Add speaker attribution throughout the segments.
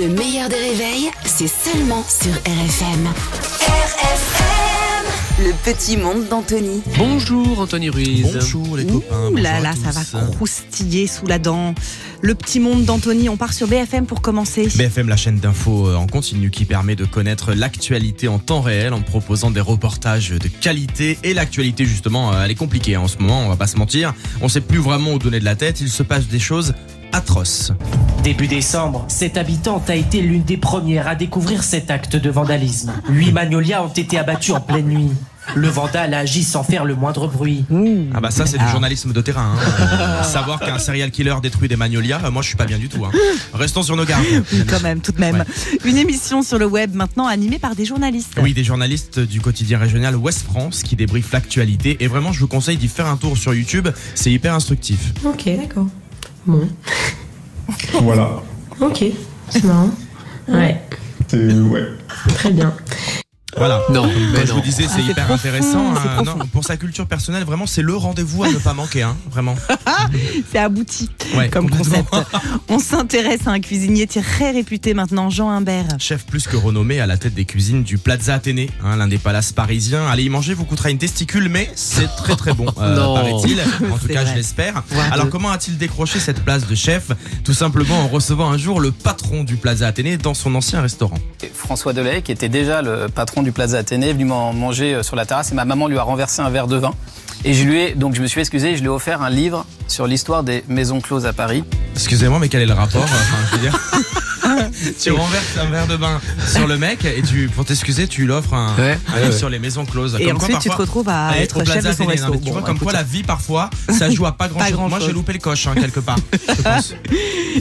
Speaker 1: Le meilleur des réveils, c'est seulement sur RFM. RFM Le petit monde d'Anthony.
Speaker 2: Bonjour Anthony Ruiz.
Speaker 3: Bonjour les copains.
Speaker 4: Ouh
Speaker 3: bonjour
Speaker 4: là
Speaker 3: à
Speaker 4: là, ça
Speaker 3: tous.
Speaker 4: va croustiller sous la dent. Le petit monde d'Anthony, on part sur BFM pour commencer.
Speaker 3: BFM, la chaîne d'infos euh, en continu qui permet de connaître l'actualité en temps réel en proposant des reportages de qualité. Et l'actualité, justement, euh, elle est compliquée en ce moment, on va pas se mentir. On sait plus vraiment où donner de la tête, il se passe des choses atroces.
Speaker 5: Début décembre, cette habitante a été l'une des premières à découvrir cet acte de vandalisme. Huit magnolias ont été abattus en pleine nuit. Le vandal a agi sans faire le moindre bruit.
Speaker 3: Ah bah ça, c'est du journalisme de terrain. hein. Euh, savoir qu'un serial killer détruit des magnolias, euh, moi je suis pas bien du tout. hein. Restons sur nos gardes.
Speaker 4: Oui, quand même, tout de même. Une émission sur le web maintenant animée par des journalistes.
Speaker 3: Oui, des journalistes du quotidien régional Ouest France qui débriefent l'actualité. Et vraiment, je vous conseille d'y faire un tour sur YouTube. C'est hyper instructif.
Speaker 6: Ok, d'accord. Bon,
Speaker 7: Voilà.
Speaker 6: ok, c'est marrant. Ouais,
Speaker 7: C'est- Ouais.
Speaker 6: très bien.
Speaker 3: Voilà.
Speaker 2: Non, mais
Speaker 3: Comme je
Speaker 2: non.
Speaker 3: vous disais, c'est hyper
Speaker 4: Ah, profond,
Speaker 3: intéressant.
Speaker 4: c'est
Speaker 3: hein.
Speaker 4: profond.
Speaker 3: Non, pour sa culture personnelle, vraiment, c'est le rendez-vous à ne pas manquer. hein. Vraiment.
Speaker 4: C'est abouti
Speaker 3: Ouais,
Speaker 4: comme
Speaker 3: complètement.
Speaker 4: concept. On s'intéresse à un cuisinier très réputé maintenant, Jean Humbert.
Speaker 3: Chef plus que renommé à la tête des cuisines du Plaza Athénée, hein, l'un des palaces parisiens. Allez y manger vous coûtera une testicule, mais c'est très très bon, euh,
Speaker 2: Non.
Speaker 3: paraît-il. En tout
Speaker 4: C'est
Speaker 3: cas,
Speaker 4: vrai.
Speaker 3: je l'espère.
Speaker 4: Voire
Speaker 3: Alors,
Speaker 4: deux.
Speaker 3: comment a-t-il décroché cette place de chef Tout simplement en recevant un jour le patron du Plaza Athénée dans son ancien restaurant.
Speaker 8: François Delay, qui était déjà le patron du Plaza Athénée, est venu m'en manger euh, sur la terrasse et ma maman lui a renversé un verre de vin. Et je lui ai, donc je me suis excusé, et je lui ai offert un livre sur l'histoire des maisons closes à Paris.
Speaker 3: Excusez-moi, mais quel est le rapport euh, Enfin, je veux dire. tu renverses un verre de bain sur le mec et tu, pour t'excuser, tu l'offres un,
Speaker 2: Ouais.
Speaker 3: un livre sur les maisons closes.
Speaker 4: Et
Speaker 3: Comme quoi,
Speaker 4: ensuite, tu te
Speaker 3: parfois,
Speaker 4: retrouves à
Speaker 3: aller au
Speaker 4: être chef
Speaker 3: Plaza
Speaker 4: de son
Speaker 3: Athénée, non,
Speaker 4: resto.
Speaker 3: mais tu vois,
Speaker 4: Bon,
Speaker 3: comme quoi
Speaker 4: écoute,
Speaker 3: la vie, parfois, ça joue à pas grand-chose. Moi,
Speaker 4: grand-chose.
Speaker 3: j'ai loupé le coche, hein, quelque part. Je pense.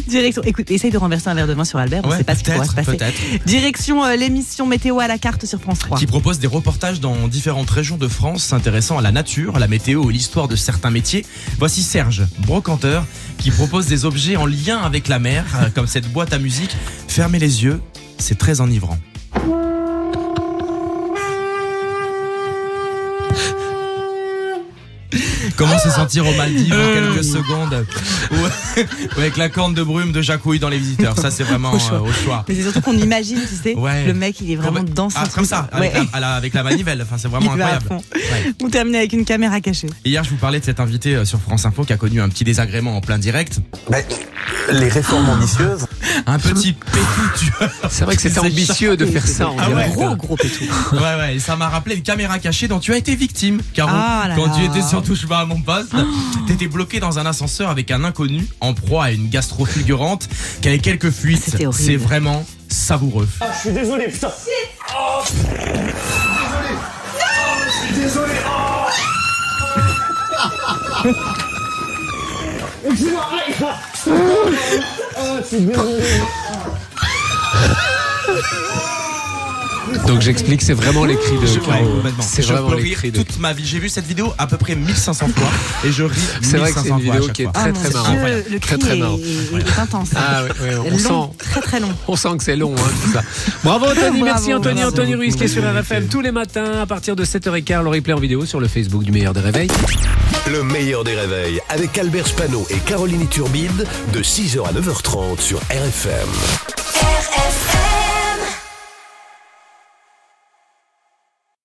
Speaker 4: Direction, écoute, essaye de renverser un verre de vin sur Albert, on ne
Speaker 3: Ouais,
Speaker 4: sait pas ce qui pourra se
Speaker 3: peut-être,
Speaker 4: passer.
Speaker 3: peut-être.
Speaker 4: Direction euh, l'émission Météo à la carte sur France 3.
Speaker 3: Qui propose des reportages dans différentes régions de France s'intéressant à la nature, la météo et l'histoire de certains métiers. Voici Serge, brocanteur, qui propose des objets en lien avec la mer, euh, comme cette boîte à musique. Fermez les yeux, c'est très enivrant. Comment se sentir aux Maldives en
Speaker 4: Euh.
Speaker 3: quelques secondes ou, ou avec la corne de brume de Jacouille dans les visiteurs Ça, c'est vraiment
Speaker 4: Au choix.
Speaker 3: euh, au choix.
Speaker 4: Mais c'est surtout qu'on imagine, tu sais,
Speaker 3: Ouais.
Speaker 4: le mec, il est vraiment
Speaker 3: Comme-
Speaker 4: dans son
Speaker 3: ah, comme
Speaker 4: truc.
Speaker 3: ça, avec,
Speaker 4: Ouais.
Speaker 3: la, à la- avec la manivelle. Enfin, c'est vraiment
Speaker 4: Il va à
Speaker 3: incroyable.
Speaker 4: fond.
Speaker 3: Ouais.
Speaker 4: On termine avec une caméra cachée.
Speaker 3: Hier, je vous parlais de cet invité euh, sur France Info qui a connu un petit désagrément en plein direct.
Speaker 9: les réformes ambitieuses.
Speaker 3: Un petit pétou.
Speaker 2: C'est vrai que c'est ambitieux de faire ça en
Speaker 3: Ah ouais.
Speaker 2: direct.
Speaker 4: Gros, gros pétou.
Speaker 3: ouais, ouais. Et ça m'a rappelé une caméra cachée dont tu as été victime, Caro.
Speaker 4: Ah là
Speaker 3: quand tu
Speaker 4: là.
Speaker 3: étais sur Touche pas à mon poste, t'étais bloqué dans un ascenseur avec un inconnu en proie à une gastro fulgurante qui avait quelques fuites.
Speaker 4: Ah, C'était horrible.
Speaker 3: C'est vraiment savoureux.
Speaker 2: Donc j'explique, c'est vraiment les cris de
Speaker 3: Je- ouais,
Speaker 2: Caro.
Speaker 3: complètement.
Speaker 2: C'est
Speaker 3: Je
Speaker 2: vraiment
Speaker 3: peux
Speaker 2: les
Speaker 3: rire
Speaker 2: cris de
Speaker 3: toute ma vie. J'ai vu cette vidéo à peu près 1500 fois et je ris
Speaker 2: C'est vrai que
Speaker 3: 1500
Speaker 2: c'est une
Speaker 3: fois à
Speaker 2: vidéo
Speaker 3: chaque
Speaker 2: qui est
Speaker 3: fois.
Speaker 2: très
Speaker 4: Ah,
Speaker 2: très
Speaker 4: mon
Speaker 2: marrante.
Speaker 4: Dieu, Le
Speaker 2: Très
Speaker 4: cri
Speaker 2: très marrant.
Speaker 4: est, est intense.
Speaker 2: Ah ouais, ouais, on
Speaker 4: long,
Speaker 2: sent.
Speaker 4: Très très long.
Speaker 2: On sent que c'est long, hein, tout ça. Bravo Anthony,
Speaker 4: Bravo,
Speaker 2: merci Anthony,
Speaker 4: bravo.
Speaker 2: Anthony Ruiz qui est sur RFM tous les matins à partir de 7h15, le replay en vidéo sur le Facebook du meilleur des réveils.
Speaker 9: Le meilleur des réveils avec Albert Spano et Caroline Turbide de 6h à 9h30 sur RFM.